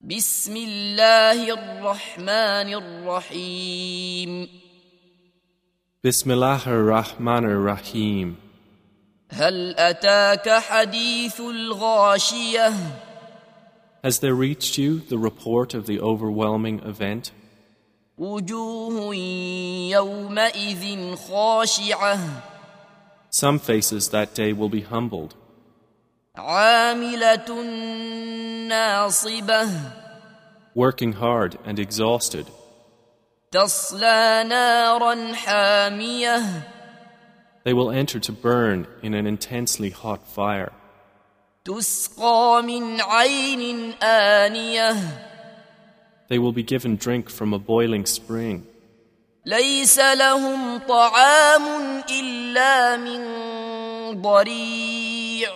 بسم الله الرحمن الرحيم Bismillah ar-Rahman ar-Rahim. هل أتاك حديث الغاشية Has there reached you the report of the overwhelming event? وجوه يومئذ خاشعة Some faces that day will be humbled, عاملة ناصبة working hard and exhausted, تصلى نارا حامية They will enter to burn in an intensely hot fire. تسقى من عين آنية They will be given drink from a boiling spring. ليس لهم طعام إلا من ضريع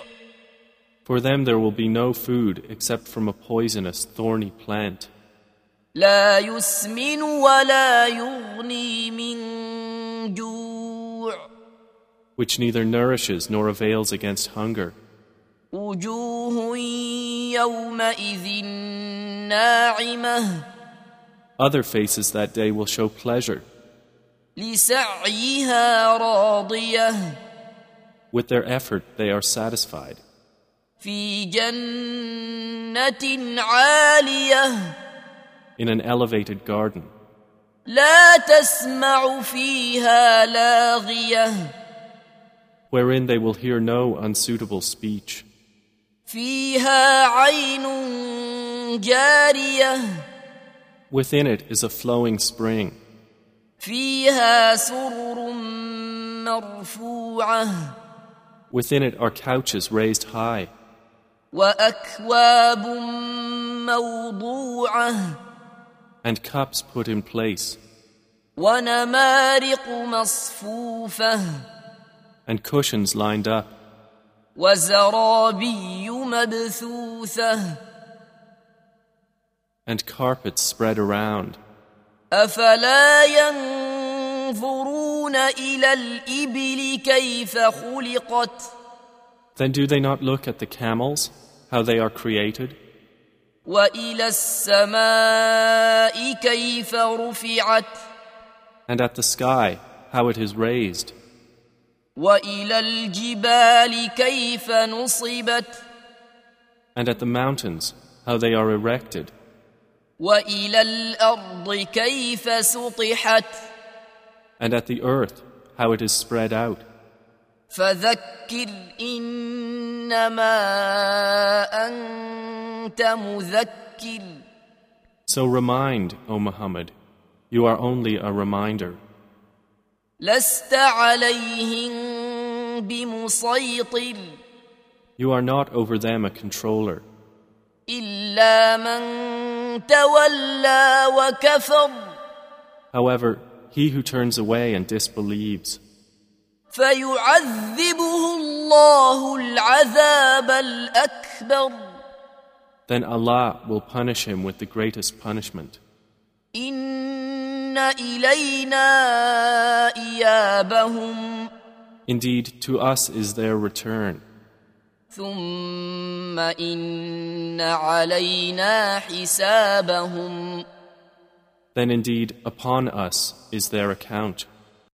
For them there will be no food except from a poisonous, thorny plant. لا يسمن ولا يغني من جوع Which neither nourishes nor avails against hunger. وجوه يومئذ ناعمة Other faces that day will show pleasure, لسعيها راضية with their effort they are satisfied. في جنة عالية in an elevated garden. لا تسمع فيها لاغية Wherein they will hear no unsuitable speech. فيها عين جارية Within it is a flowing spring, فيها سرر مرفوعة within it are couches raised high, وأكواب موضوعة and cups put in place, ونمارق مصفوفة and cushions lined up, وزرابي مبثوثة and carpets spread around. أفلا ينظرون إلى الإبل كيف خلقت Then do they not look at the camels, how they are created, وإلى السماء كيف رفعت and at the sky, how it is raised, وإلى الجبال كيف نصبت and at the mountains, how they are erected, وإلى الأرض كيف سطحت and at the earth, how it is spread out? فذكر إنما أنت مذكر So remind, O Muhammad, you are only a reminder. لست عليهم بمسيطر You are not over them a controller, إلا من تولى وكفر however, he who turns away and disbelieves. فيعذبه الله العذاب الأكبر Then Allah will punish him with the greatest punishment. إن إلينا إيابهم Indeed, to us is their return, ثم إن علينا حسابهم then indeed upon us is their account.